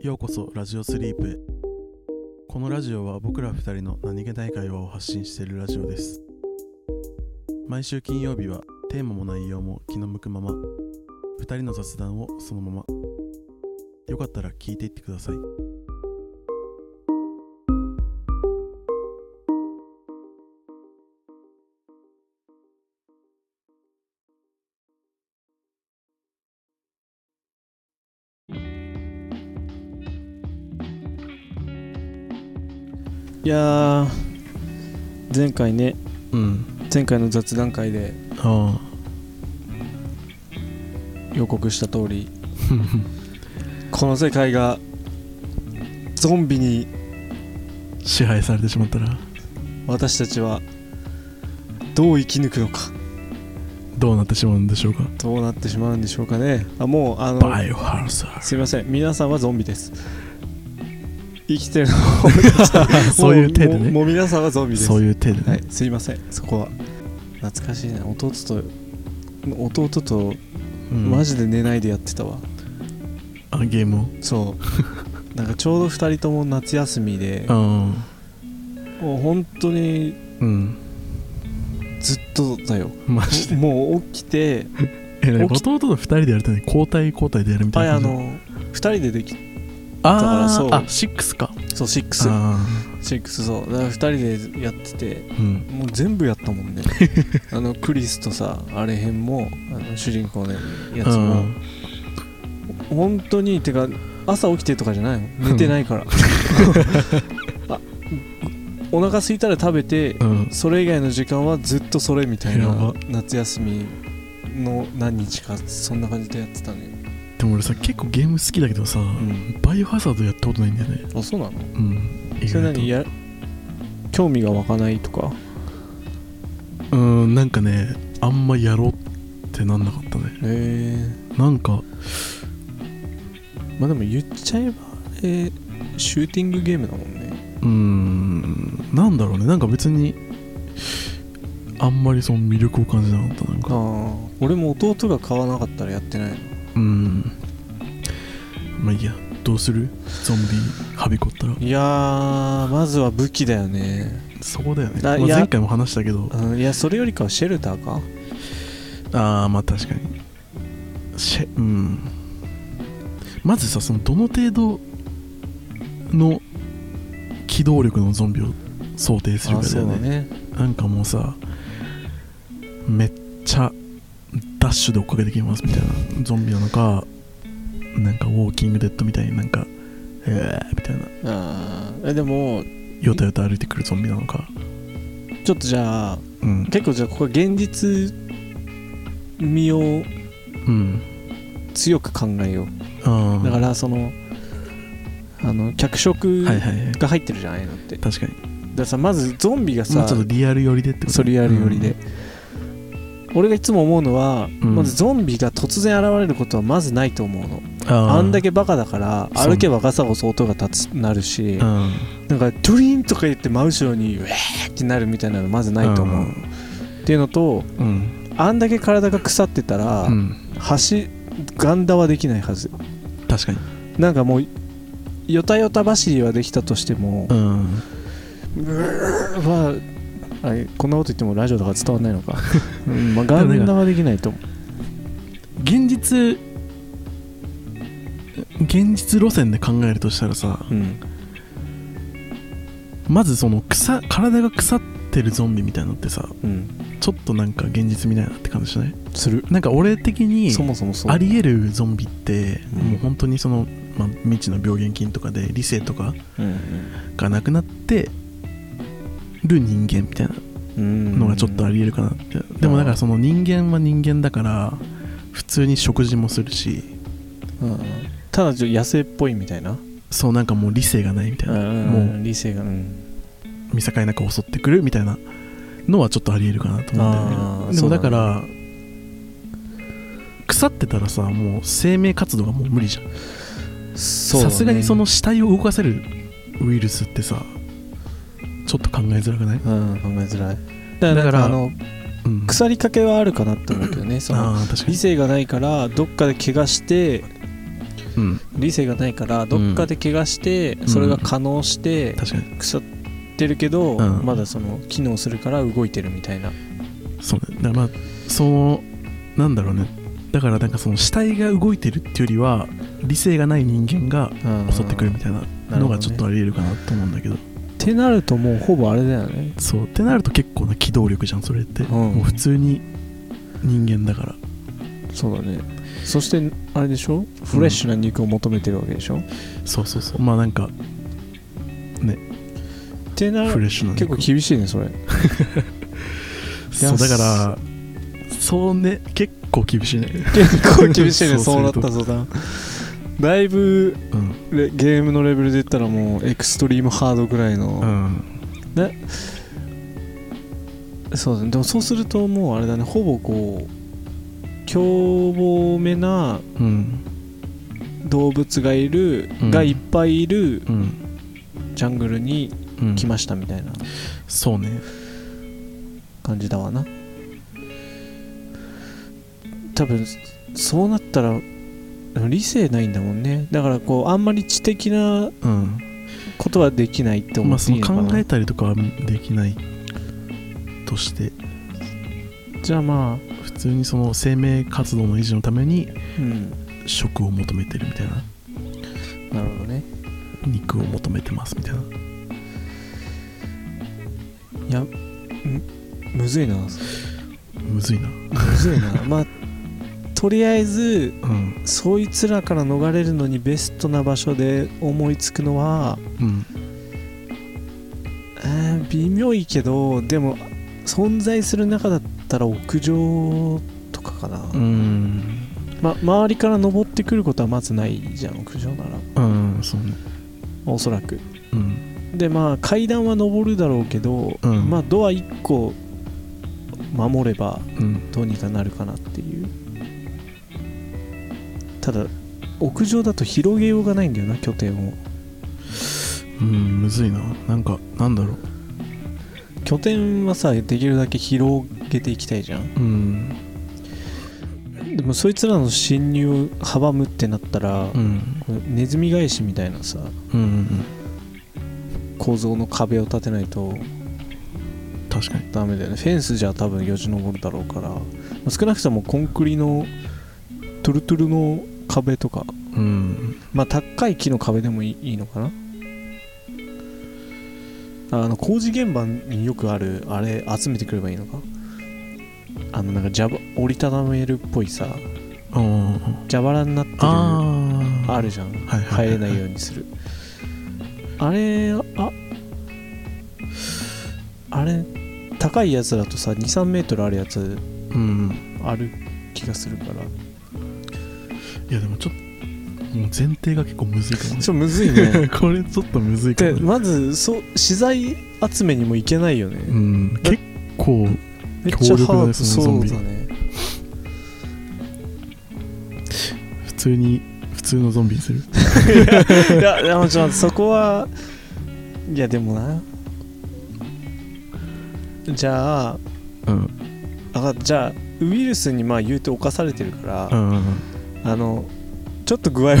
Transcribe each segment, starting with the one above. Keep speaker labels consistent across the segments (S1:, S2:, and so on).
S1: ようこそラジオスリープへこのラジオは僕ら2人の何気ない会話を発信しているラジオです毎週金曜日はテーマも内容も気の向くまま2人の雑談をそのままよかったら聞いていってください
S2: いやー前回ね
S1: うん
S2: 前回の雑談会で
S1: あ
S2: 予告した通 りこの世界がゾンビに
S1: あ支配されてしまったら
S2: 私たちはどう生き抜くのか
S1: どうなってしまうんでしょうか
S2: どうなってしまうんでしょうかねあもうあの
S1: イオハルサー
S2: すいません皆さんはゾンビです生きてるのは俺たちだ
S1: そういう手でね
S2: もうもう皆さんはゾンビです
S1: そういう手でね、
S2: はい、すいませんそこは懐かしいね弟と弟と
S1: うん
S2: マジで寝ないでやってたわ、
S1: あゲームを
S2: そう なんかちょうど2人とも夏休みで
S1: あ
S2: もう本当に
S1: あうん
S2: ずっとだ よ
S1: マジで
S2: もう起きて
S1: えらい
S2: 起き
S1: 弟と2人でやるとね交代交代でやるみ
S2: あ
S1: たい
S2: れ
S1: な
S2: あ
S1: 感じ
S2: の2人ででき
S1: あ
S2: から
S1: ー
S2: そう
S1: あシックスか
S2: そう6
S1: あ
S2: 6そうだから2人でやってて
S1: ーうん
S2: もう全部やったもん ねあのクリスとさあれへんもあの主人公のやつも、本当にてか朝起きてとかじゃないの寝てないから あお腹空いたら食べて
S1: うんうん
S2: それ以外の時間はずっとそれみたい
S1: や
S2: な
S1: ば
S2: 夏休みの何日かそんな感じでやってたね
S1: でも俺さ結構ゲーム好きだけどさ、
S2: ん
S1: バイオハザードやったことないんだよね
S2: あそうなの
S1: うん意
S2: それ
S1: 外と
S2: 何や興味が湧かないとか
S1: うんなんかねあんまやろうってなんなかったね
S2: へえ
S1: なんか
S2: まあでも言っちゃえばえーシューティングゲームだもんね
S1: うーんなんだろうねなんか別にあんまりその魅力を感じなかったなん
S2: あ
S1: か
S2: あ俺も弟が買わなかったらやってないの
S1: うんまあいいやどうするゾンビはびこったら
S2: いやーまずは武器だよね
S1: そこだよね、
S2: あ
S1: まあ、
S2: いや
S1: 前回も話したけど
S2: うんいやそれよりかはシェルターか
S1: ああまあ確かにシェうんまずさそのどの程度の機動力のゾンビを想定するかだよね
S2: ね
S1: なんかもうさめっちゃダッシュで追っかけてきますみたいなゾンビなのかなんかウォーキングデッドみたいになんかえーみたいな
S2: あーえでも
S1: ヨタヨタ歩いてくるゾンビなのか
S2: ちょっとじゃあ
S1: うん
S2: 結構じゃあここは現実味を
S1: うん
S2: 強く考えよ
S1: あ
S2: う
S1: あ
S2: だからそのあの脚色
S1: はいはいはい
S2: が入ってるじゃないのってだか
S1: 確かに
S2: らさまずゾンビがさ、
S1: まあちょっとリアル寄りでってこと
S2: それやるよりで、俺がいつも思うのは、
S1: うん
S2: まずゾンビが突然現れることはまずないと思うの
S1: あ
S2: あんだ
S1: け
S2: けバカだから
S1: そう
S2: 歩けばガサゴソ音が立つなるし、
S1: うん
S2: なんかドリーンとか言って真後ろにウェーってなるみたいなのまずないと思う、っていうのと
S1: うん
S2: あんだけ体が腐ってたら、
S1: うん
S2: 橋ガンダはできないはず
S1: 確かに
S2: なんかもうよたよた走りはできたとしても
S1: う、ん
S2: はあれこんなこと言ってもラジオとか伝わんな いのか、うんまあ、ガンダはできないと思う
S1: 現実現実路線で考えるとしたらさ
S2: うん
S1: まずその草体が腐ってるゾンビみたいなのってさ
S2: うん
S1: ちょっとなんか現実みたいなって感じしない
S2: する
S1: なんか俺的に
S2: そもそもそう
S1: ありえるゾンビって
S2: うん
S1: もう本当にその、まあ、未知の病原菌とかで理性とか
S2: うん
S1: がなくなってる人間みたいな
S2: うん
S1: のがちょっとありえるかなって、でもだからその人間は人間だから普通に食事もするし
S2: うんただちょっと野生っぽいみたいな、
S1: そうなんかもう理性がないみたいな、も
S2: 理性がうん
S1: う見境なく襲ってくるみたいなのはちょっとありえるかなと思うんだよ
S2: あ
S1: ね
S2: ー
S1: で
S2: そ
S1: も
S2: うな
S1: だ
S2: んだ
S1: から腐ってたらさもう生命活動がもう無理じゃん
S2: そう
S1: さ
S2: だね
S1: すがにその死体を動かせるウイルスってさちょっと考えづらくない、
S2: うん考えづらいだから
S1: だから
S2: あの
S1: うん、
S2: 腐りかけはあるかなって思うけどねその
S1: ああ確か
S2: 理
S1: に
S2: 性がないからどっかで怪我して
S1: うん
S2: 理性がないからどっかで怪我して、それが可能して、
S1: 確かに
S2: 腐ってるけど、
S1: うん
S2: まだその機能するから動いてるみたいな
S1: そうねだからまあそうなんだろうねだからなんかその死体が動いてるっていうよりは理性がない人間が襲ってくるみ
S2: った
S1: いな
S2: なる
S1: の
S2: ほど
S1: が
S2: ね
S1: ちょっとありえるかなと思うんだけど
S2: てなるともうほぼあれだよね
S1: そうってなると結構な機動力じゃんそれって、
S2: うん
S1: もう普通に人間だから
S2: そうだねそしてあれでしょフレッシュな肉を求めてるわけでしょ、っ
S1: そうそうそうまあなんか
S2: てな
S1: フレ
S2: る
S1: ッシュな
S2: 結
S1: 肉
S2: 構厳しいねそれ
S1: そうだからそうね結構厳しいね、
S2: 結構厳しいね
S1: そ
S2: そううなった途端だいぶ
S1: うん
S2: レゲームのレベルで言ったらもうエクストリームハードぐらいの、
S1: ん、
S2: そうだねでもそうするともうあれだねほぼこう凶暴めな
S1: うん
S2: 動物がいる、
S1: うん
S2: がいっぱいいる
S1: うん
S2: ジャングルに
S1: うん
S2: 来ましたみたいな
S1: そうね
S2: 感じだわな多分そうなったら理性ないんだもんねだからこうあんまり知的な
S1: うん
S2: ことはできないって思
S1: まあ
S2: って
S1: そ
S2: いい
S1: の
S2: のかな、
S1: 考えたりとかはできないとして
S2: じゃあまあ、
S1: 普通にその生命活動の維持のために
S2: うん、
S1: 食を求めてるみたいな
S2: なるほどね
S1: 肉を求めてますみたいない
S2: やむむずいな
S1: むずいな
S2: むずいなまあとりあえず
S1: うん
S2: そいつらから逃れるのにベストな場所で思いつくのは、
S1: うん
S2: えー微妙いけどでも存在する中だったら屋上とかかな、
S1: うん
S2: ま、周りから登ってくることはまずないじゃん屋上なら
S1: うんそうね
S2: おそらく
S1: うん
S2: でまあ階段は登るだろうけど、
S1: うん
S2: まあドア1個守れば
S1: うん
S2: どうにかなるかなっていうただ屋上だと広げようがないんだよな拠点を
S1: うんむずいななんかなんだろう
S2: 拠点はさできるだけ広げていきたいじゃん
S1: うん
S2: でもそいつらの侵入を阻むってなったら、
S1: うん
S2: こうネズミ返しみたいなさ
S1: うんうん
S2: 構造の壁を立てないと
S1: 確かに
S2: ダメだよねフェンスじゃ多分よじ登るだろうから、まあ少なくともコンクリのトゥルトゥルの壁とか
S1: うん
S2: まあ高い木の壁でもいいいいのかなあの工事現場によくあるあれ集めてくればいいのかあのなんかジャバ折りたためるっぽいさ
S1: あ
S2: 蛇腹になってるあ
S1: あ
S2: るじゃん
S1: はいはい
S2: 入れないようにするあれああれ高いやつだとさ2 3メートルあるやつ
S1: うん
S2: ある気がするから
S1: いやでもちょっともう前提が結構むずいかもね
S2: ちょむず いね
S1: これちょっとむずいか
S2: で
S1: も、ね
S2: まずそう資材集めにもいけないよね、
S1: うん
S2: だ
S1: 結構
S2: めっちゃ
S1: 強
S2: ハードそ
S1: 力
S2: う
S1: だねそ
S2: だ
S1: の
S2: ね
S1: 普通に普通のゾンビにする
S2: いやでもちょっとそこはいやでもなじゃあ
S1: うん
S2: あかじゃあウイルスにまあ言うて侵されてるか
S1: う
S2: ら、
S1: んうん
S2: あのちょっと具合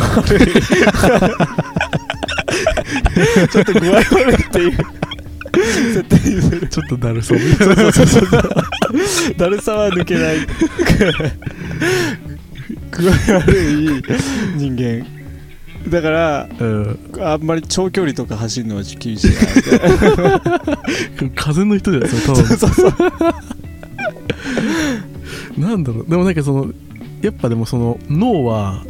S2: 悪いちょっと具合悪いっていう設定にする
S1: ちょっとだるそう
S2: だるさは抜け ない具合悪い人間だから
S1: うん
S2: あんまり長距離とか走るのは厳しいな
S1: 風邪の人じゃないそれ多分
S2: そうそう
S1: なんだろうでもなんかそのやっぱでもその脳は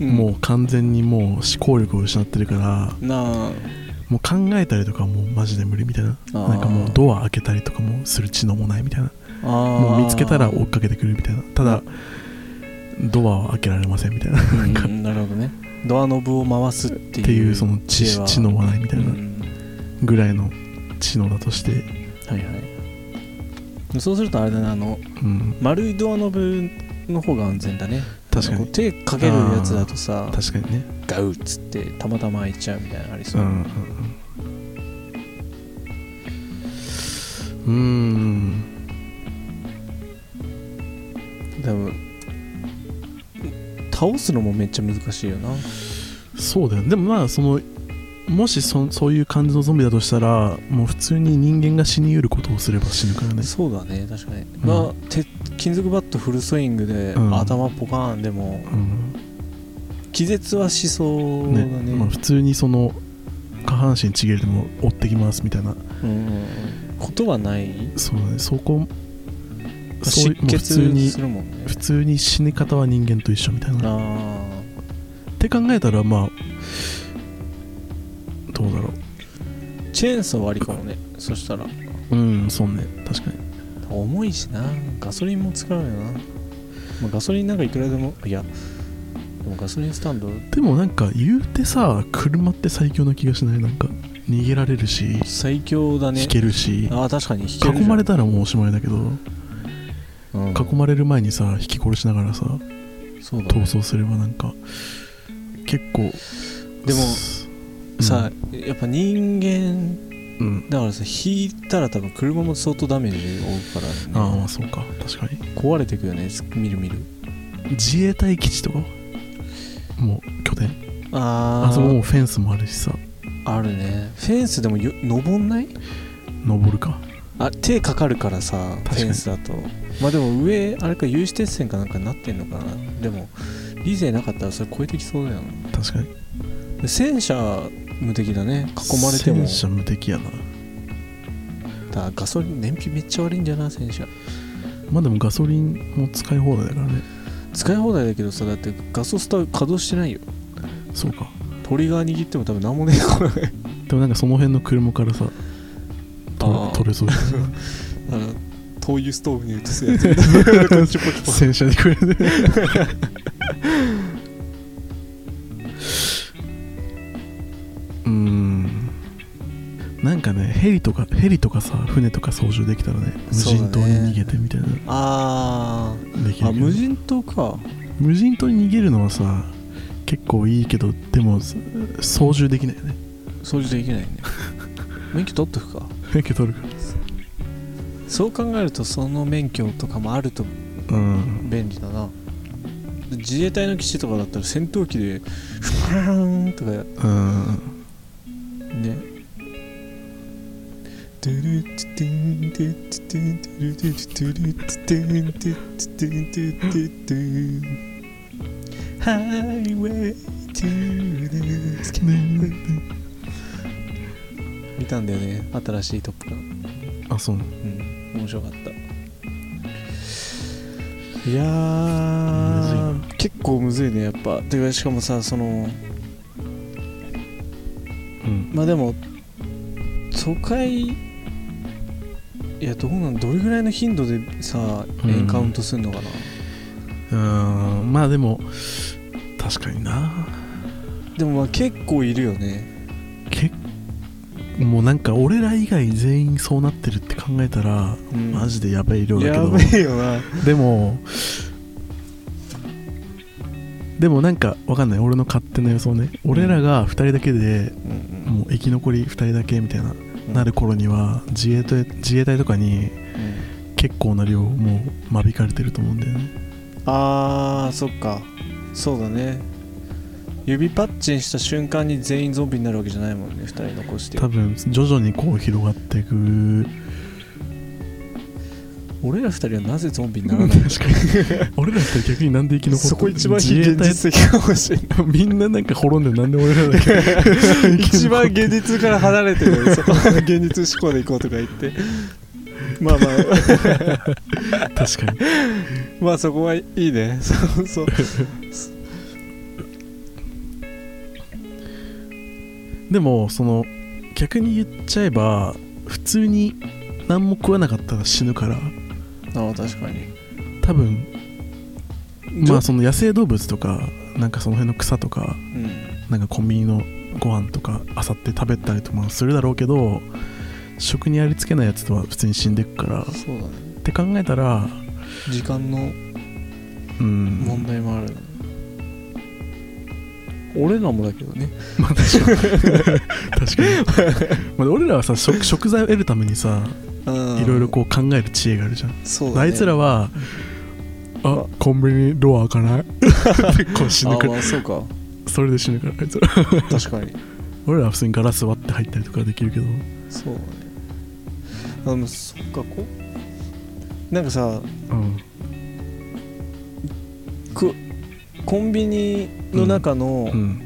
S1: もう完全にもう思考力を失ってるから
S2: うんなあ
S1: もう考えたりとかもうマジで無理みたいな
S2: あー
S1: なんかもうドア開けたりとかもする知能もないみたいなもう見つけたら追っかけてくるみたいなただドアは開けられませんみたいなっ
S2: うんうんなるほどねドアノブを回すっていう
S1: ていうその知
S2: 知恵は
S1: 知能はないみた
S2: う
S1: いなんぐらいの知能だとして
S2: はいはいそうするとあれだねあの
S1: うん
S2: 丸いドアノブの方が安全だね
S1: 確か
S2: こう
S1: に
S2: 手かけるやつだとさ
S1: 確かにね
S2: ガウッつってたまたま開いちゃうみたいなのあり
S1: う
S2: そう、
S1: んうんうん
S2: 多分倒倒すのもめっちゃ難しいよな
S1: そうだよねでもまあそのもしそそういう感じのゾンビだとしたらもう普通に人間が死にうることをすれば死ぬからね
S2: そうだね確かに、まあ鉄金属バットフルスイングで、
S1: うん
S2: 頭ポカーンでも
S1: うん
S2: 気絶はしそうだ
S1: ね
S2: ね
S1: まあ、普通にその下半身ちぎれても追ってきますみたいな
S2: うんうんうんことはない
S1: そうだねそこそう
S2: 失
S1: いうもう普通
S2: 血
S1: に
S2: するもんね
S1: 普通に死に方は人間と一緒みたいなっ
S2: あ
S1: て考えたらまあどうだろ
S2: ーチェーンソーありかもねそしたら
S1: ううんそうね確かに
S2: 重いしなガソリンも使うよな、まあ、ガソリンなんかいくらでもいやでもガソリンスタンド
S1: でもなんか言うてさ車って最強な気がしないなんか逃げられるし、
S2: 最強だね
S1: 引けるし
S2: ああ確かに引ける
S1: 囲
S2: じゃん
S1: まれたらもうおしまいだけど
S2: うん
S1: 囲まれる前にさ引き殺しながらさ
S2: そうだ
S1: 逃
S2: ね
S1: 走すればなんか結構
S2: でも
S1: す
S2: さあやっぱ人間
S1: うん、うん
S2: だからさ引いたら多分車も相当ダメージ負うか
S1: あ
S2: ら、
S1: あま
S2: ね
S1: あ、そうか確かに
S2: 壊れてくよね見る見る
S1: 自衛隊基地とかはもう拠点
S2: あ
S1: あそこもうフェンスもあるしさ
S2: ああるねフェンスでもよ登んない
S1: 登るか
S2: あ手かかるからさフ
S1: かに
S2: ェンスだとまあでも上あれか有刺鉄線かなんかになってんのかなでも理性なかったらそれ超えてきそうだよな
S1: 確かに
S2: で戦車無敵だね囲まれても
S1: 戦車無敵やな
S2: だガソリン燃費めっちゃ悪いんじゃない戦車
S1: まあでもガソリンも使い放題だからね
S2: 使い放題だけどさだってガソスター稼働してないよ
S1: そうか
S2: トリガー握っても多分何もねえからね
S1: でもなんかその辺の車からさ
S2: あ
S1: と
S2: あ
S1: 取れそうじゃない
S2: あの灯油ストーブに移すやつこっちポキ ポキ
S1: 戦車でくれるうーんなんかねヘリとかヘリとかさ船とか操縦できたらね無
S2: そうだ
S1: 人島
S2: ね
S1: に逃げてみたいな
S2: あ
S1: でき
S2: ーあ
S1: るけど
S2: 無人島か
S1: 無人島に逃げるのはさ結構いいけどでもさ操縦できないよね
S2: 掃除できないね免許取っとくか
S1: 免許取るか
S2: そう考えるとその免許とかもあると
S1: らうん
S2: 便利だな自衛隊の基地とかだったら戦闘機でフラーンとかね
S1: うん
S2: ドゥルッツテンテッツテンテルテッツドゥルッツテンテッツテンテッテッテンハイウェイトゥースキ見たんだよね新しいトップガン
S1: あそう
S2: うん面白かったいやー
S1: む
S2: 結構むずいねやっぱてかしかもさその
S1: うん
S2: まあでも都会いやどうなんどれぐらいの頻度でさ
S1: うん
S2: エンカウントするのか
S1: う
S2: な、
S1: ーんまあでも確かにな
S2: でもまあ結構いるよね
S1: けもうなんか俺ら以外全員そうなってるって考えたら
S2: うん
S1: マジでやばい量だけ
S2: や
S1: ど
S2: べえよな
S1: でもでもなんかわかんない俺の勝手な予想ね俺らが2人だけで
S2: うん
S1: もう生き残り2人だけみたいな
S2: うん
S1: なる頃には自衛隊自衛隊とかに
S2: うん
S1: 結構な量もう間引かれてると思うんだよね
S2: あーそっかそうだね指パッチンした瞬間に全員ゾンビになるわけじゃないもんね2人残して
S1: 多分徐々にこう広がっていく
S2: 俺ら二人はなぜゾンビになら
S1: 確
S2: な
S1: か
S2: い
S1: に 俺らって逆になんで生き残って
S2: そこ一番非
S1: 自衛
S2: 現
S1: 隊
S2: 実的かもしれない
S1: みんななんか滅んでなんで俺ら だけ
S2: 一番現実から離れてるそこは現実思考でいこうとか言ってまあまあ
S1: 確かに
S2: まあそこはいいねそうそう
S1: でもその逆に言っちゃえば普通に何も食わなかったら死ぬから
S2: ああ確かに
S1: 多分まあその野生動物とかなんかその辺の草とか
S2: うん
S1: なんかコンビニのご飯とかあさって食べたりとかもするだろうけど食にありつけないやつとは普通に死んでいくからっ
S2: そうだね
S1: て考えたら
S2: 時間の
S1: うん
S2: 問題もある、俺らもだけどね
S1: まあ 確かに確かにまあ俺らはさ食食材を得るためにさい
S2: い
S1: ろいろこう考える知恵があるじゃん、
S2: そうだ、ね、
S1: あいつらはあ
S2: か
S1: コンビニドア開かない 結構死ぬ
S2: あ
S1: から
S2: まあそうか
S1: それで死ぬからあいつら
S2: 確かに
S1: 俺らは普通にガラス割って入ったりとかできるけどう
S2: そうだねあでもそっかこうなんかさ
S1: ん
S2: くコンビニの中の、
S1: うん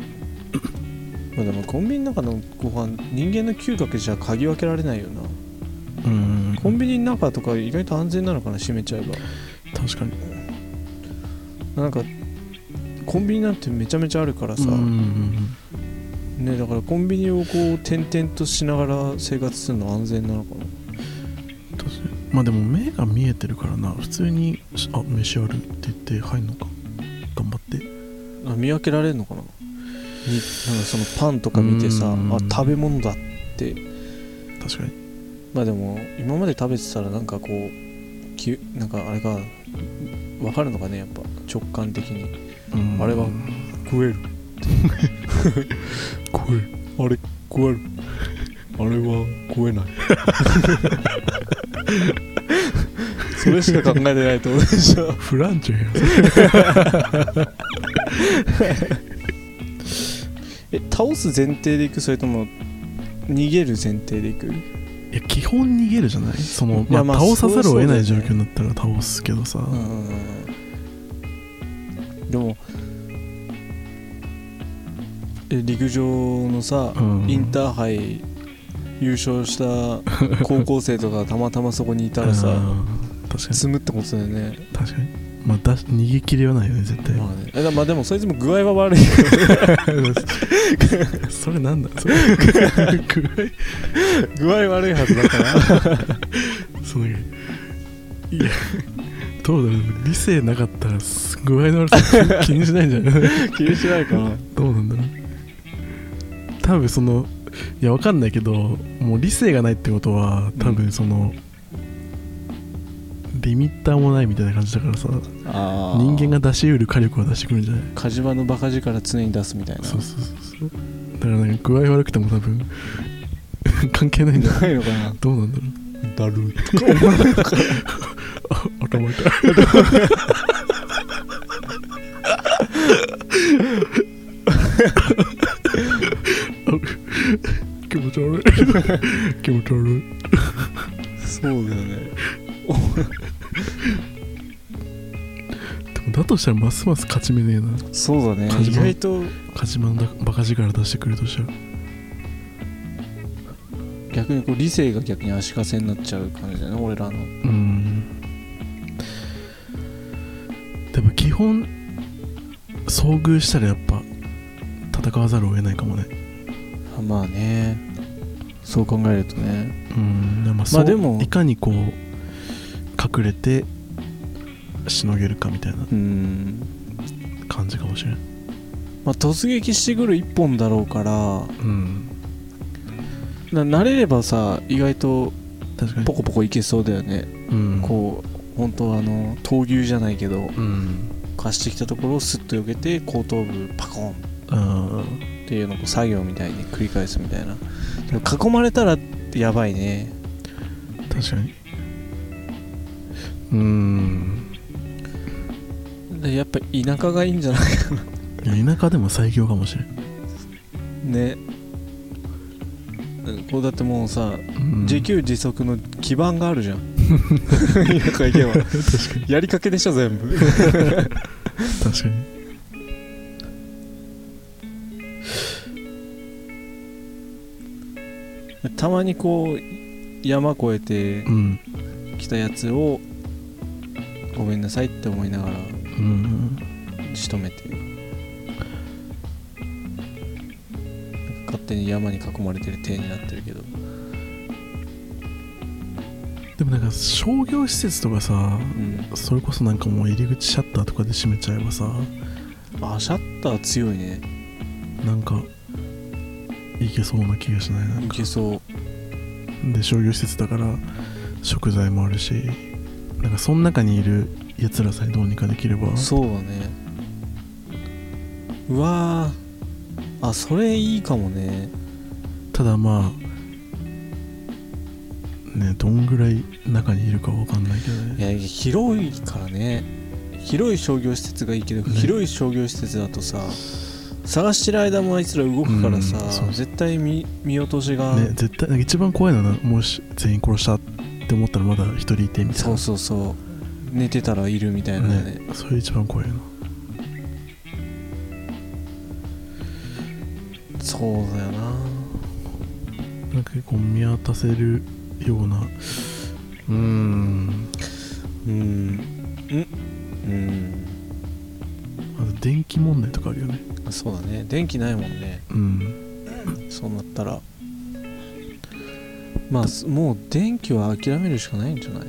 S2: まあ、でもコンビニの中のご飯人間の嗅覚じゃ嗅ぎ分けられないよな
S1: うん
S2: コンビニの中とか意外と安全なのかな閉めちゃえば
S1: 確かに
S2: なんかコンビニなんてめちゃめちゃあるからさ、
S1: うんうん
S2: ねだからコンビニをこう転々としながら生活するの安全なのかな
S1: うん確かにまあでも目が見えてるからな普通に「あ飯ある」って言って入んのか頑張って
S2: あ見分けられるのかなになんかそのパンとか見てさ
S1: うん
S2: あ食べ物だ
S1: 確かに
S2: まあでも今まで食べてたらなんかこうきなんかあれか分かるのかねやっぱ直感的に
S1: うん
S2: あれは 食える
S1: 怖い
S2: あれ食えるあれは食えないそれしか考えてないと思うでしょ
S1: フランチェや
S2: え倒す前提でいくそれとも逃げる前提でいく
S1: いや基本逃げるじゃないその、
S2: い
S1: ま
S2: や
S1: あ
S2: まあ
S1: 倒さざるを得ない
S2: そ
S1: 状
S2: うそう
S1: 況
S2: だよね
S1: になったら倒すけどさ、
S2: でもえ陸上のさ、
S1: うん
S2: インターハイ優勝した高校生とかたまたまそこにいたら
S1: う
S2: さ
S1: ん確かに
S2: 積むってことだよね,、
S1: 確かにまあだし逃げ切れはないよね絶対、
S2: まあ、ねえだまあでもそいつも具合は悪い
S1: それ なんだそれ暗い
S2: 具合悪いはずだから
S1: そのいやどうだろう理性なかったらす具合の悪さ気にしないんじゃない
S2: 気にしないかな
S1: どうなんだろう多分そのいやわかんないけどもう理性がないってことは多分その、リミッターもないみたいな感じだからさ人間が出し得る火力は出してくるんじゃない
S2: 火事場のバカ力常に出すみたいな
S1: そうそうそうそうだからなんか具合悪くても多分 関係ないんだ
S2: ないのかな
S1: どうなんだろ
S2: だるいう
S1: 頭痛い気持ち悪い気持ち悪い
S2: そうだよね
S1: でもだとしたらますます勝ち目ねえな
S2: そうだね
S1: 火事
S2: 意
S1: 場
S2: 外と
S1: 勝ち目のバカ力出してくるとしたら
S2: 逆にこう理性が逆に足かせになっちゃう感じだよね俺ら
S1: う
S2: の
S1: んでも基本遭遇したらやっぱ戦わざるを得ないかもね
S2: あまあねそう考えるとね
S1: うんでもまあ
S2: ま
S1: そ
S2: あ
S1: う
S2: でも
S1: いかにこう隠れてしのげるかみたいな
S2: うん
S1: 感じかもしれん
S2: まあ突撃してくる一本だろうから
S1: うん
S2: な慣れればさ意外と
S1: 確かに
S2: ポコポコいけそうだよね、
S1: うん
S2: こう本当あの闘牛じゃないけど
S1: うん
S2: 貸してきたところをスッと避けて後頭部パコン
S1: あ
S2: っていうのをこう作業みたいに繰り返すみたいなでも囲まれたらやばいね
S1: ー確かにうん
S2: でやっぱ田舎がいいんじゃない
S1: いや田舎でも最強かもしれん、
S2: ねこうだってもうさ、
S1: うん、
S2: 自給自足の基盤がある じゃん田舎行けば
S1: 確かに
S2: やりかけでしょ全部
S1: 確かに
S2: たまにこう山越えて
S1: うん
S2: きたやつをごめんなさいって思いながら
S1: うん
S2: 仕留めて勝手に山に囲まれてる体になってるけど
S1: でもなんか商業施設とかさ
S2: うん
S1: それこそなんかもう入り口シャッターとかで閉めちゃえばさ
S2: あシャッター強いね
S1: なんかいけそうな気がしないなん
S2: い
S1: か
S2: けそう
S1: で商業施設だから食材もあるしなんかその中にいるやつらさえどうにかできれば
S2: そうだねうわーあそれいいかもね
S1: ただまあねどんぐらい中にいるかわかんないけど
S2: い
S1: ね
S2: や広いからね広い商業施設がいいけど、広い商業施設だとさ探してる間もあいつら動くからさ、
S1: うんそう
S2: 絶対見見落としが、
S1: ね絶対なんか一番怖いのはなもし全員殺したって思ったらまだ一人いてみたい
S2: そ
S1: な
S2: うそうそう寝てたらいるみたいなね
S1: ねそれ一番怖いの
S2: そうだよな
S1: なんかこう見渡せるようなうーん
S2: うんうん
S1: あと電気問題とかあるよね
S2: うんそうだね電気ないもんね
S1: うん
S2: そうなったらまあすもう電気は諦めるしかないんじゃない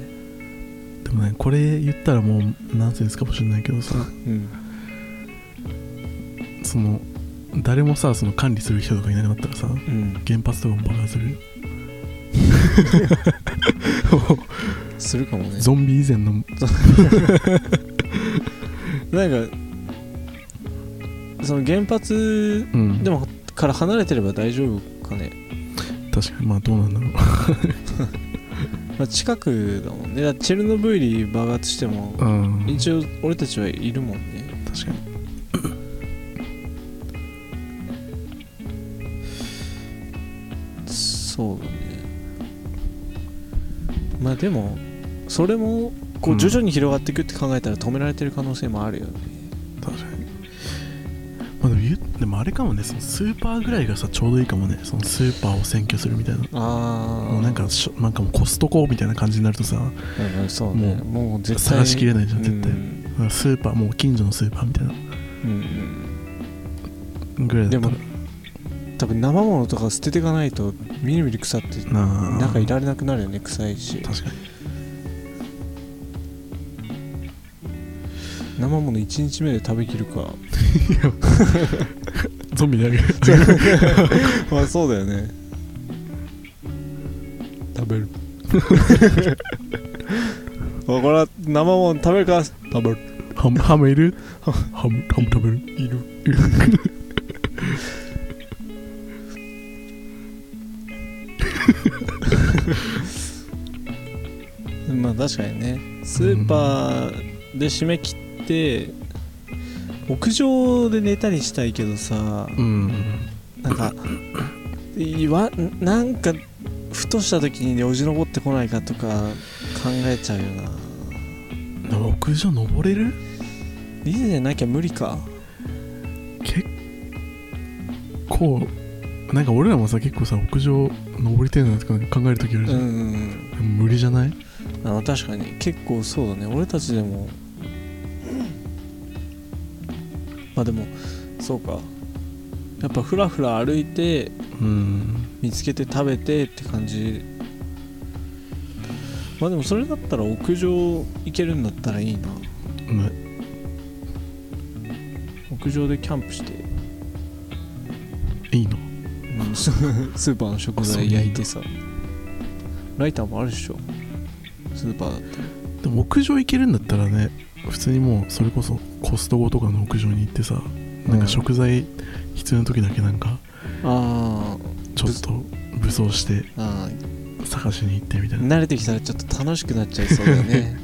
S1: でもねこれ言ったらもうナンセンスかもしれないけどさ
S2: うん
S1: その誰もさその管理する人とかいなくなったらさ
S2: うん
S1: 原発とかも爆発するよ
S2: するかもね
S1: ゾンビ以前の
S2: なんかその原発
S1: うん
S2: でもから離れてれば大丈夫かね、
S1: 確かにまあどうなんだろう
S2: まあ、近くだもんねだってチェルノブイリ爆発しても
S1: うん
S2: 一応俺たちはいるもんね
S1: 確かに
S2: そうだねまあでもそれもこ
S1: う
S2: うん徐々に広がっていくって考えたら止められてる可能性もあるよね、
S1: 確かにまあでも言うでもあれかもねそのスーパーぐらいがさちょうどいいかもねそのスーパーを占拠するみたいな
S2: ああ
S1: もうなんかしょなんかもうコストコみたいな感じになるとさ
S2: うんうんそうねもう絶対
S1: 探しきれないじゃん絶対
S2: うん
S1: スーパーもう近所のスーパーみたいな
S2: うん
S1: ぐらいだったら
S2: でうん多分生物とか捨てていかないとみるみる腐って
S1: なあ
S2: なんかいられなくなるよね臭いし
S1: 確かに
S2: 生物1日目で食べきるか
S1: ゾンビにあげる
S2: まあそうだよね食べるおこれは生物食べるか食べる
S1: ハムハムい るハムハム食べるいるいる
S2: まあ確かにねスーパーで締め切って屋上で寝たりしたいけどさ
S1: うん
S2: なんかいわなんかふとした時によじ登ってこないかとか考えちゃうよな
S1: でも屋上登れる
S2: リズじゃなきゃ無理か
S1: 結構なんか俺らもさ結構さ屋上登りてえなとか考える時ある
S2: うん
S1: じゃ、
S2: うんん
S1: 無理じゃない
S2: うんあ確かに結構そうだね俺たちでもまあでもそうかやっぱふらふら歩いて
S1: うん
S2: 見つけて食べてって感じまあでもそれだったら屋上行けるんだったらいいな
S1: ね
S2: 屋上でキャンプして、
S1: いいの
S2: うん スーパーの食材焼いてさライターもあるでしょスーパーだって
S1: でも屋上行けるんだったらね普通にもうそれこそコストコとかの屋上に行ってさなんか食材必要な時だけなんか
S2: あ
S1: ちょっと武装して
S2: ーあ
S1: 探しに行ってみたい
S2: ー
S1: な
S2: 慣れてきたらちょっと楽しくなっちゃいそうだよ ね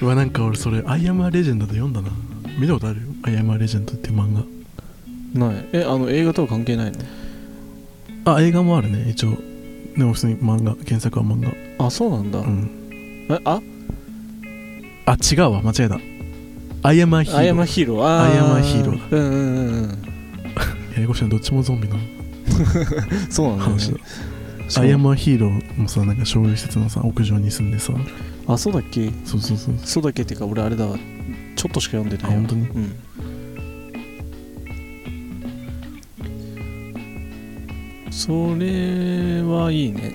S1: うわなんか俺それ「アイアムアレジェンド」で読んだな見たことあるよ「アイアムアレジェンド」っていう漫
S2: ないえあの映画とは関係ないの
S1: 画あ映画もあるね一応でも普通に漫画原作は漫
S2: あそうなんだ、
S1: 画うん
S2: えあ
S1: あ違うわ間違えた「アイアムアヒーロー」
S2: アイアマヒーローあ
S1: アイアムアヒーロー
S2: だうんうんうんうん
S1: ややこしいなどっちもゾンビの
S2: そうなんだ
S1: 話
S2: よ
S1: だ「
S2: ね
S1: アイアムアヒーロー」もさなんか商業施設のさ屋上に住んでさ
S2: あそうだっけ
S1: そうそうそう
S2: そうだっけっていうか俺あれだわちょっとしか読んで
S1: あ
S2: ないわ
S1: 本当に
S2: うんそれはいいね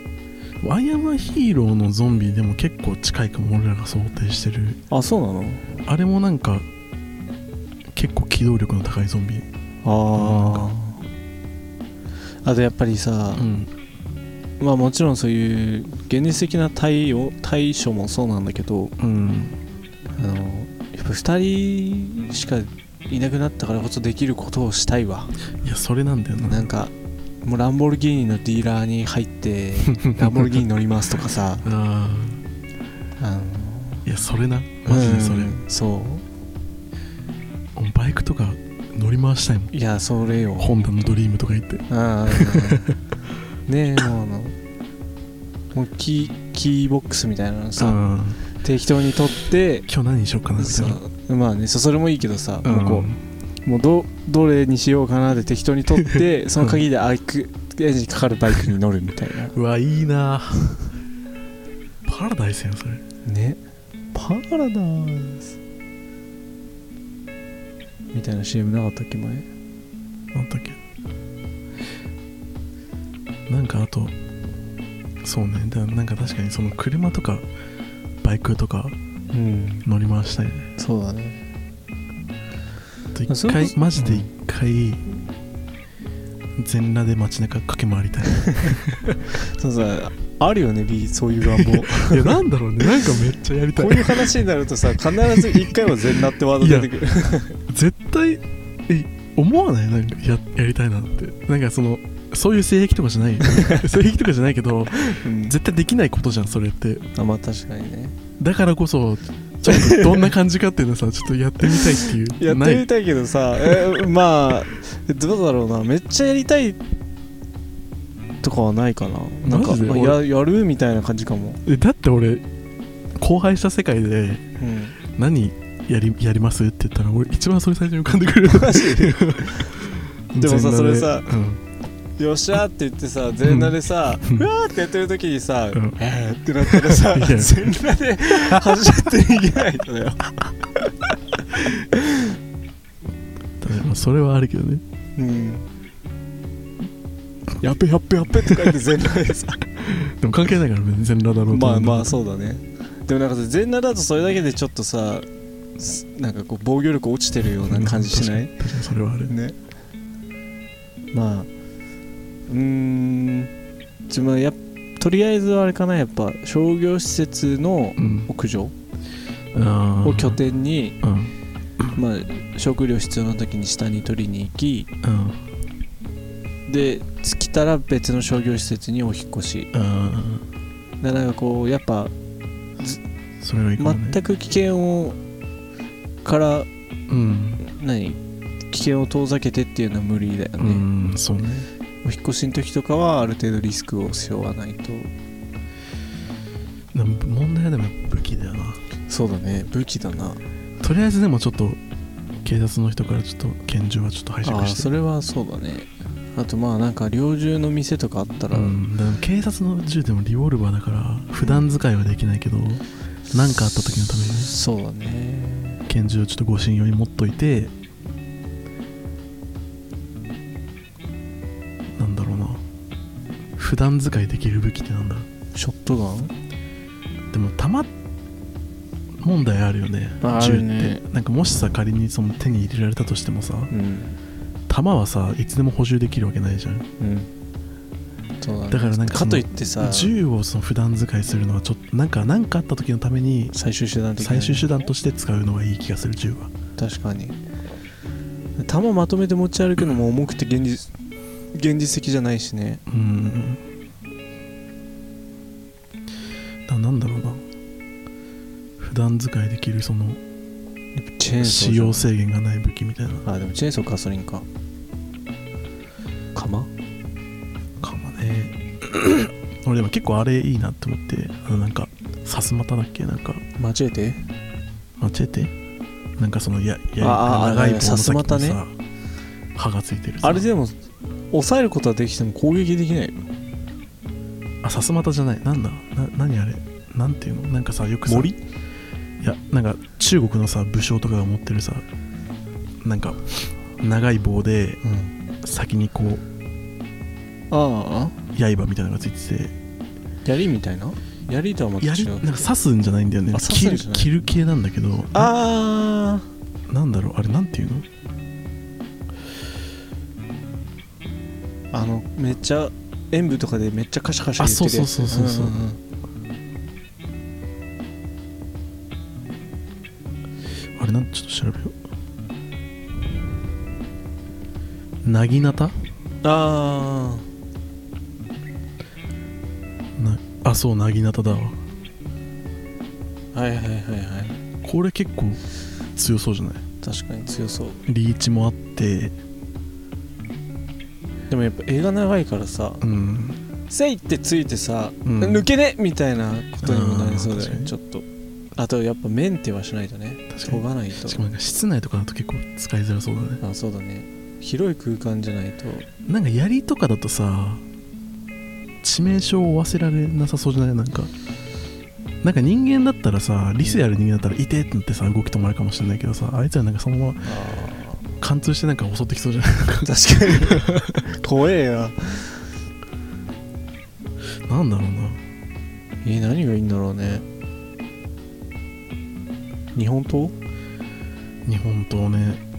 S1: ワイヤマヒーローのゾンビでも結構近いかも俺らが想定してる
S2: あそうなの
S1: あれもなんか結構機動力の高いゾンビ
S2: あああとやっぱりさ、
S1: ん
S2: まあもちろんそういう現実的な対応対処もそうなんだけど
S1: うん
S2: あのやっぱ2人しかいなくなったからこそできることをしたいわ
S1: いやそれなんだよな
S2: なんかもうランボルギーニのディ ーラーに入ってランボルギーニ乗りますとかさ
S1: あ
S2: あの
S1: いやそれな マジでそれ、
S2: うんそ
S1: バイクとか乗り回したいもん
S2: ういやそれよ
S1: ホンダのドリームとか言って
S2: ああねえもうあのもうキーキーボックスみたいなのさ、
S1: うん
S2: 適当に取って
S1: 今日何にしようかなみたいな
S2: そうまあねそそれもいいけどさ、
S1: うん
S2: もうこうもうどどれにしようかなって適当に取ってその鍵で開くエンジンかかるバイクに乗るみたいな
S1: うわいいなパラダイスやんそれ
S2: ねパラダイスみたいな CM なかったっけ前
S1: なんだっけなんかあとそうねだなんか確かにその車とかバイクとか
S2: うん
S1: 乗り回したいね
S2: そうだね
S1: あと
S2: あそ
S1: 一
S2: れこ
S1: 回
S2: そ
S1: マジで一回全裸で街中駆け回りたい
S2: そうさあるよね B そういう願 望
S1: いやなんだろうねなんかめっちゃやりた
S2: こ
S1: いう
S2: いう話になるとさ必ず一回は全裸ってワード出てくる
S1: 絶対え思わないなんかややりたいなってなんかそのそういう性癖とかじゃない よ性癖とかじゃないけど
S2: うん
S1: 絶対できないことじゃんそれって
S2: あまあ確かにね
S1: だからこそちょっとどんな感じかっていうの さちょっとやってみたいっていう
S2: やって
S1: な
S2: み
S1: い
S2: たいけどさ、えーまあどうだろうなめっちゃやりたいとかはないかななんか
S1: マジで
S2: まあややるみたいな感じかも、
S1: えだって俺荒廃した世界で
S2: うん、
S1: 何やりやりますって言ったら俺一番それ最初に浮かんでくる
S2: マ ジででもさ
S1: 全裸で
S2: それさ
S1: うん
S2: よっしゃーって言ってさ全裸でさ、う
S1: うん
S2: わーってやってる時にさ、
S1: うん
S2: えーってなったらさ
S1: いや
S2: 全裸で走って逃げないとだよ、
S1: ただまあそれはあるけどね
S2: うん、やっべやっべやっべとか言って全裸でさ
S1: でも関係ないからね全裸だろうと
S2: まあまあそうだねでもなんかさ全裸だとそれだけでちょっとさすなんかこう防御力落ちてるような感じしない、
S1: 確かにそれはある
S2: ねまあうーんちょまあやっとりあえずあれかなやっぱ商業施設の
S1: うん
S2: 屋上
S1: あー
S2: を拠点に、
S1: うん
S2: まあ、食料必要な時に下に取りに行き
S1: うん
S2: で尽きたら別の商業施設にお引っ越し
S1: うん
S2: でなんかこうやっぱ
S1: それはいいかもね
S2: 全く危険をから
S1: うん
S2: 何危険を遠ざけてっていうのは無理だよ
S1: う
S2: ね、
S1: んそうね
S2: お引っ越しの時とかはある程度リスクを背負わないと
S1: でも問題はでも武器だよな
S2: そうだね武器だな
S1: とりあえずでもちょっと警察の人からちょっと拳銃はちょっと拝
S2: あ
S1: 借
S2: あ
S1: して
S2: それはそうだねあとまあなんか猟銃の店とかあったら、
S1: うん、でも警察の銃でもリボルバーだから普段使いはできないけど何かあった時のためにね
S2: そうだね
S1: 拳銃をちょっと護身用に持っといてなんだろうな普段使いできる武器ってなんだろ
S2: ショットガン
S1: うでも弾問題あるよね
S2: あ
S1: 銃っ
S2: る
S1: て、
S2: ね
S1: なんかもしさ仮にその手に入れられたとしてもさ
S2: うん
S1: 弾はさいつでも補充できるわけないじゃん
S2: うんそうだ,、ね、
S1: だからなんかそ
S2: か
S1: の
S2: といってさ
S1: 銃をその普段使いするのはちょっとなんか何かあった時のために
S2: 最終手段的な
S1: 最終手段として使うのがいい気がする銃は
S2: 確かに弾まとめて持ち歩くのも重くて現実現実的じゃないしね
S1: うんななんだろうな普段使いできるその
S2: やっぱチェーンソ
S1: 使
S2: ーじゃん
S1: 用制限がない武器みたいな
S2: あでもチェーンソーガソリンか釜
S1: かもね 俺でも結構あれいいなって思ってあのなんかさすまただっけなんか
S2: 間違えて
S1: 間違えてなんかそのやや
S2: ああ
S1: 長い棒の
S2: さす
S1: 先
S2: ま
S1: に
S2: た
S1: さ、
S2: ね
S1: 刃がついてるさ
S2: あれでも抑えることはできても攻撃できないよ
S1: あさすまたじゃないなんだな何あれなんていうのなんかさよくさ
S2: 森
S1: いやなんか中国のさ武将とかが持ってるさなんか長い棒で
S2: うん
S1: 先にこう
S2: ああ
S1: 刃みたいなのがついてて
S2: 槍みたいな槍とはまた
S1: や
S2: 違
S1: りな
S2: うん
S1: か刺すんじゃないんだよね
S2: あ刺す
S1: 切
S2: ん
S1: る
S2: じゃない
S1: 切る系なんだけどな
S2: あ
S1: なんだろうあれなんていうの
S2: ああのめっちゃ演舞とかでめっちゃカシャカシャ言ってる
S1: あ
S2: やつ
S1: そうそうそうそうそうん
S2: んん
S1: あれなんちょっと調べようなぎなた
S2: あ
S1: なあそうなぎなただわ
S2: あはいはいはいはい
S1: これ結構強そうじゃない
S2: 確かに強そう
S1: リーチもあって
S2: でもやっぱ絵が長いからさ
S1: うん
S2: 「せい!」ってついてさ、
S1: うん
S2: 抜けねみたいなことにもなりそうだよ
S1: あー
S2: ねちょっとあとやっぱメンテはしないとね
S1: 確か
S2: 研
S1: に
S2: がないと
S1: しかもなんか室内とかだと結構使いづらそうだね
S2: あそうだね広い空間じゃないと
S1: なんか槍とかだとさ致命傷を負わせられなさそうじゃないなんかなんか人間だったらさ理性ある人間だったら「いて」ってなってさ動き止まるかもしれないけどさあいつらなんかそのまま貫通してなんか襲ってきそうじゃない
S2: 確か に怖えや
S1: なんだろうな
S2: え何がいいんだろうね日本刀
S1: 日本刀ね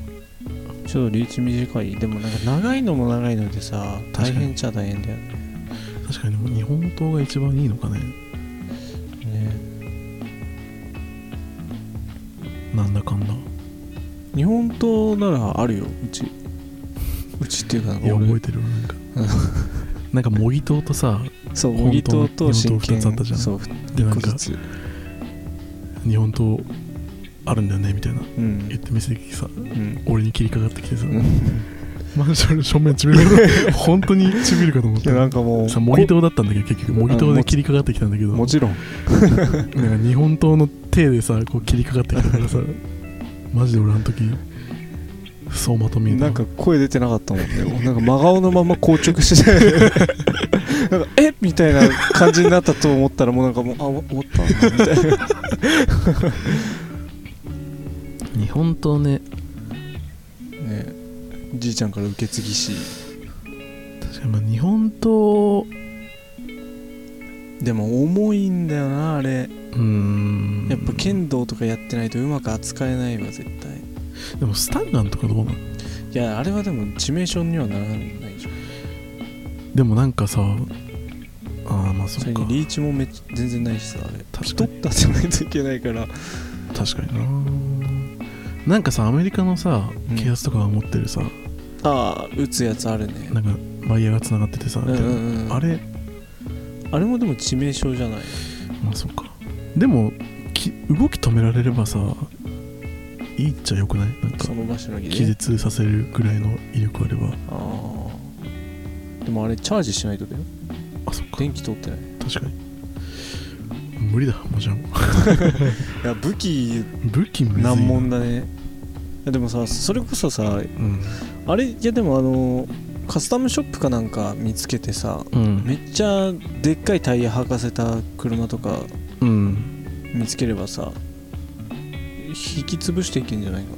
S2: ちょっとリーチ短いでもなんか長いのも長いのでさ
S1: 確か
S2: 大
S1: に
S2: 変っちゃ大変だよね
S1: 確かにでも日本刀が一番いいのかね
S2: ね
S1: なんだかんだ
S2: 日本刀ならあるようちうちっていうか
S1: いや
S2: 俺
S1: 覚えてるわなんか なんか模擬刀とさ
S2: そう模
S1: 本
S2: 擬
S1: 当の
S2: 刀と真剣
S1: 日本刀二つあったじゃん
S2: そう
S1: でなん
S2: 個
S1: か
S2: ずつ
S1: 日本刀あるんだよねみたいな
S2: う
S1: 言っ
S2: ん
S1: て見せてきてさ
S2: うん
S1: 俺に切りかかってきてさ
S2: い
S1: マンションの正 面ちびる本当にちびるかと思っ
S2: や
S1: た
S2: なんかもう
S1: さ模擬刀だったんだけど結局模擬刀で切りかかってきたんだけど
S2: もちろん
S1: なんか日本刀の手でさこう切りかかってきたからさマジで俺あの時そうまと見えた
S2: なんか声出てなかったもんね なんか真顔のまま硬直して なんかえみたいな感じになったと思ったらもうなんかもうあお終わったみたいな
S1: 日本刀ね
S2: ねじいちゃんから受け継ぎし
S1: 確かにまあ日本刀
S2: でも重いんだよなあれ
S1: うーん
S2: やっぱ剣道とかやってないとうまく扱えないわ絶対
S1: でもスタンガンとかどうなの
S2: いやあれはでも致命傷にはならないでしょ
S1: でもなんかさああまあそ
S2: そ
S1: っ
S2: れ
S1: か
S2: にリーチもめっちゃ全然ないしさあれ
S1: 確か
S2: 取
S1: に
S2: ったじゃないといけないから
S1: 確かにななんかさアメリカのさ
S2: うん
S1: 警察とかが持ってるさ、
S2: ああ打つやつあるね
S1: なんかワイヤーがつながっててさ、
S2: うんうんうん
S1: あれ
S2: あれもでも致命傷じゃない
S1: まあそっかでもき動き止められればさいいっちゃよくないなんか
S2: その場しのぎで
S1: 気絶させるぐらいの威力あれば
S2: ああでもあれチャージしないとだよ
S1: あそっか
S2: 電気通ってないい
S1: 確かに無理だもうじゃあ
S2: や武器
S1: 武器無理
S2: 難問だねいやでもさそれこそさ
S1: うん、
S2: あれいやでもあのカスタムショップかなんか見つけてさ
S1: うん
S2: めっちゃでっかいタイヤ履かせた車とか
S1: うん、
S2: 見つければさ引き潰していけんじゃないか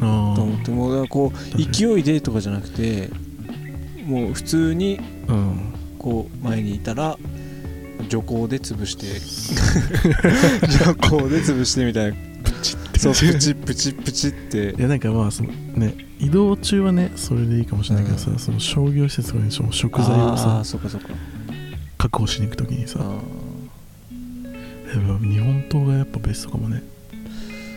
S1: あ
S2: なと思ってもうだからこう
S1: あ
S2: 勢いでとかじゃなくてもう普通に
S1: うん
S2: こう前にいたら徐行で潰して徐 行で潰してみたいなそうプチプチプチって
S1: いやなんかまあそのね移動中はねそれでいいかもしれないけどさ、その商業施設とかにその食材を
S2: あ
S1: さ
S2: ーそっかそっか
S1: 確保しに行くときにさやっ
S2: あ
S1: ぱ日本刀がやっぱベストかもね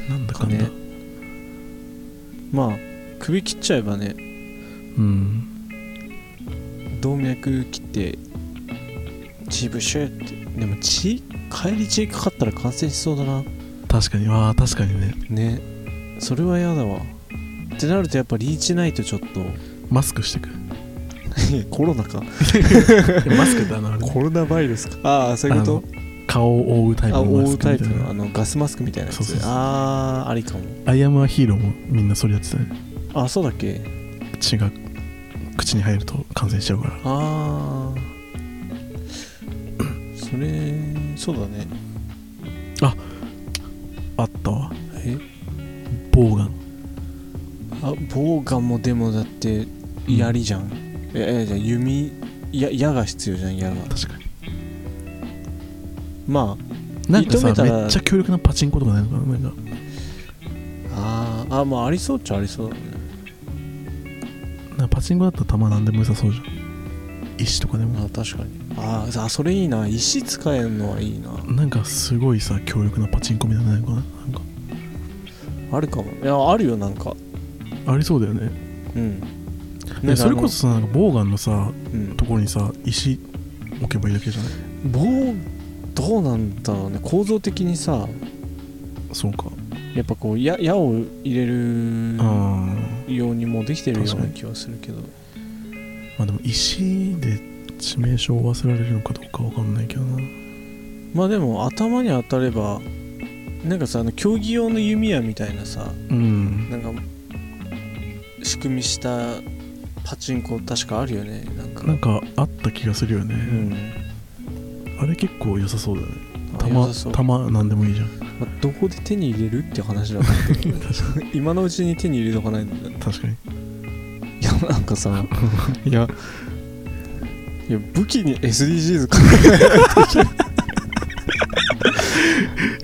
S1: なんだかんだ、
S2: かねーまあ首切っちゃえばね
S1: うん
S2: 動脈切って血ブシュってでも血帰り血かかったら感染しそうだな
S1: 確かにわあ確かにね
S2: ねそれは嫌だわってなるとやっぱリーチないとちょっと
S1: マスクしてく
S2: コロナか
S1: マスクだなあれ
S2: コロナバイルスかああそういうこ
S1: あ
S2: と
S1: の顔を覆うタイプの
S2: あ
S1: マ
S2: 覆
S1: ス
S2: う
S1: ク
S2: タイ
S1: み
S2: プ
S1: たい
S2: のあ
S1: な
S2: のガスマスクみたいなやつ
S1: そうそうそう
S2: ああありかも
S1: アイアムアヒーローもみんなそれやってたね
S2: あそうだっけ
S1: 血が口に入ると感染しちゃうから
S2: ああそれそうだね
S1: あったわ
S2: え
S1: ボウガン
S2: あボウガンもでもだって
S1: うん
S2: 槍じゃん、いやいやじゃあ弓や矢が必要じゃん矢が
S1: 確かに
S2: ま
S1: なんかさ
S2: 射止めたら
S1: めっちゃ強力なパチンコとかないのかななんか
S2: ああーあまあありそうっちゃありそうだね
S1: なんかパチンコだったら弾なんでも良さそうじゃん石とかでも
S2: あ確かにあーあそれいいな石使えるのはいいな
S1: なんかすごいさ強力なパチンコみたいなのないのかななんか
S2: あるかもいやあるよなんか
S1: ありそうだよね
S2: うん
S1: えそれこ
S2: そ、
S1: そさなんかボウガンのさ
S2: うん、
S1: ところにさ石置けばいいだけじゃない
S2: 棒どうなんだろうね構造的にさ
S1: そうか
S2: やっぱこう矢矢を入れる
S1: ああ
S2: ようにもうできてるよう
S1: 確か
S2: な
S1: に
S2: 気はするけど
S1: まあでも石で致命傷を負わせられるのかどうかわかんないけどな
S2: まあでも頭に当たればなんかさあの競技用の弓矢みたいなさ
S1: うん
S2: なんか仕組みしたパチンコ確かあるよねなんか
S1: なんかあった気がするよね、
S2: うん
S1: あれ結構良さそうだよね
S2: あ良さそう
S1: 玉玉なんでもいい じゃん
S2: まあ、どこで手に入れるって話だから
S1: 確かに
S2: 今のうちに手に入れとかないとい
S1: 確かに
S2: やなんかさいやいや武器に SDGs 考えないといけない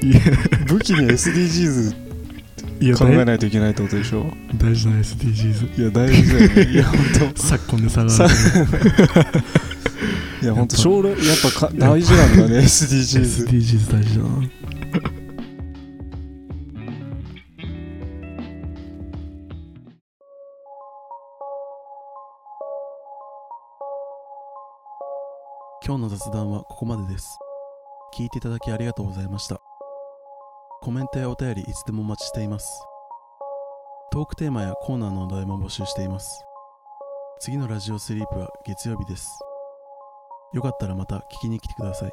S1: いや
S2: 武器に SDGs
S1: いや
S2: 考え
S1: 大
S2: ないといけないってことでしょ
S1: 大事な SDGs
S2: いや大事だよねいや本
S1: 昨今で差が
S2: さ
S1: あるね
S2: 当いや本当将来やっぱか大事なんだね SDGs
S1: SDGs 大事だな今日の雑談はここまでです聞いていただきありがとうございましたコメントやお便りいつでもお待ちしていますトークテーマやコーナーのお題も募集しています次のラジオスリープは月曜日ですよかったらまた聞きに来てください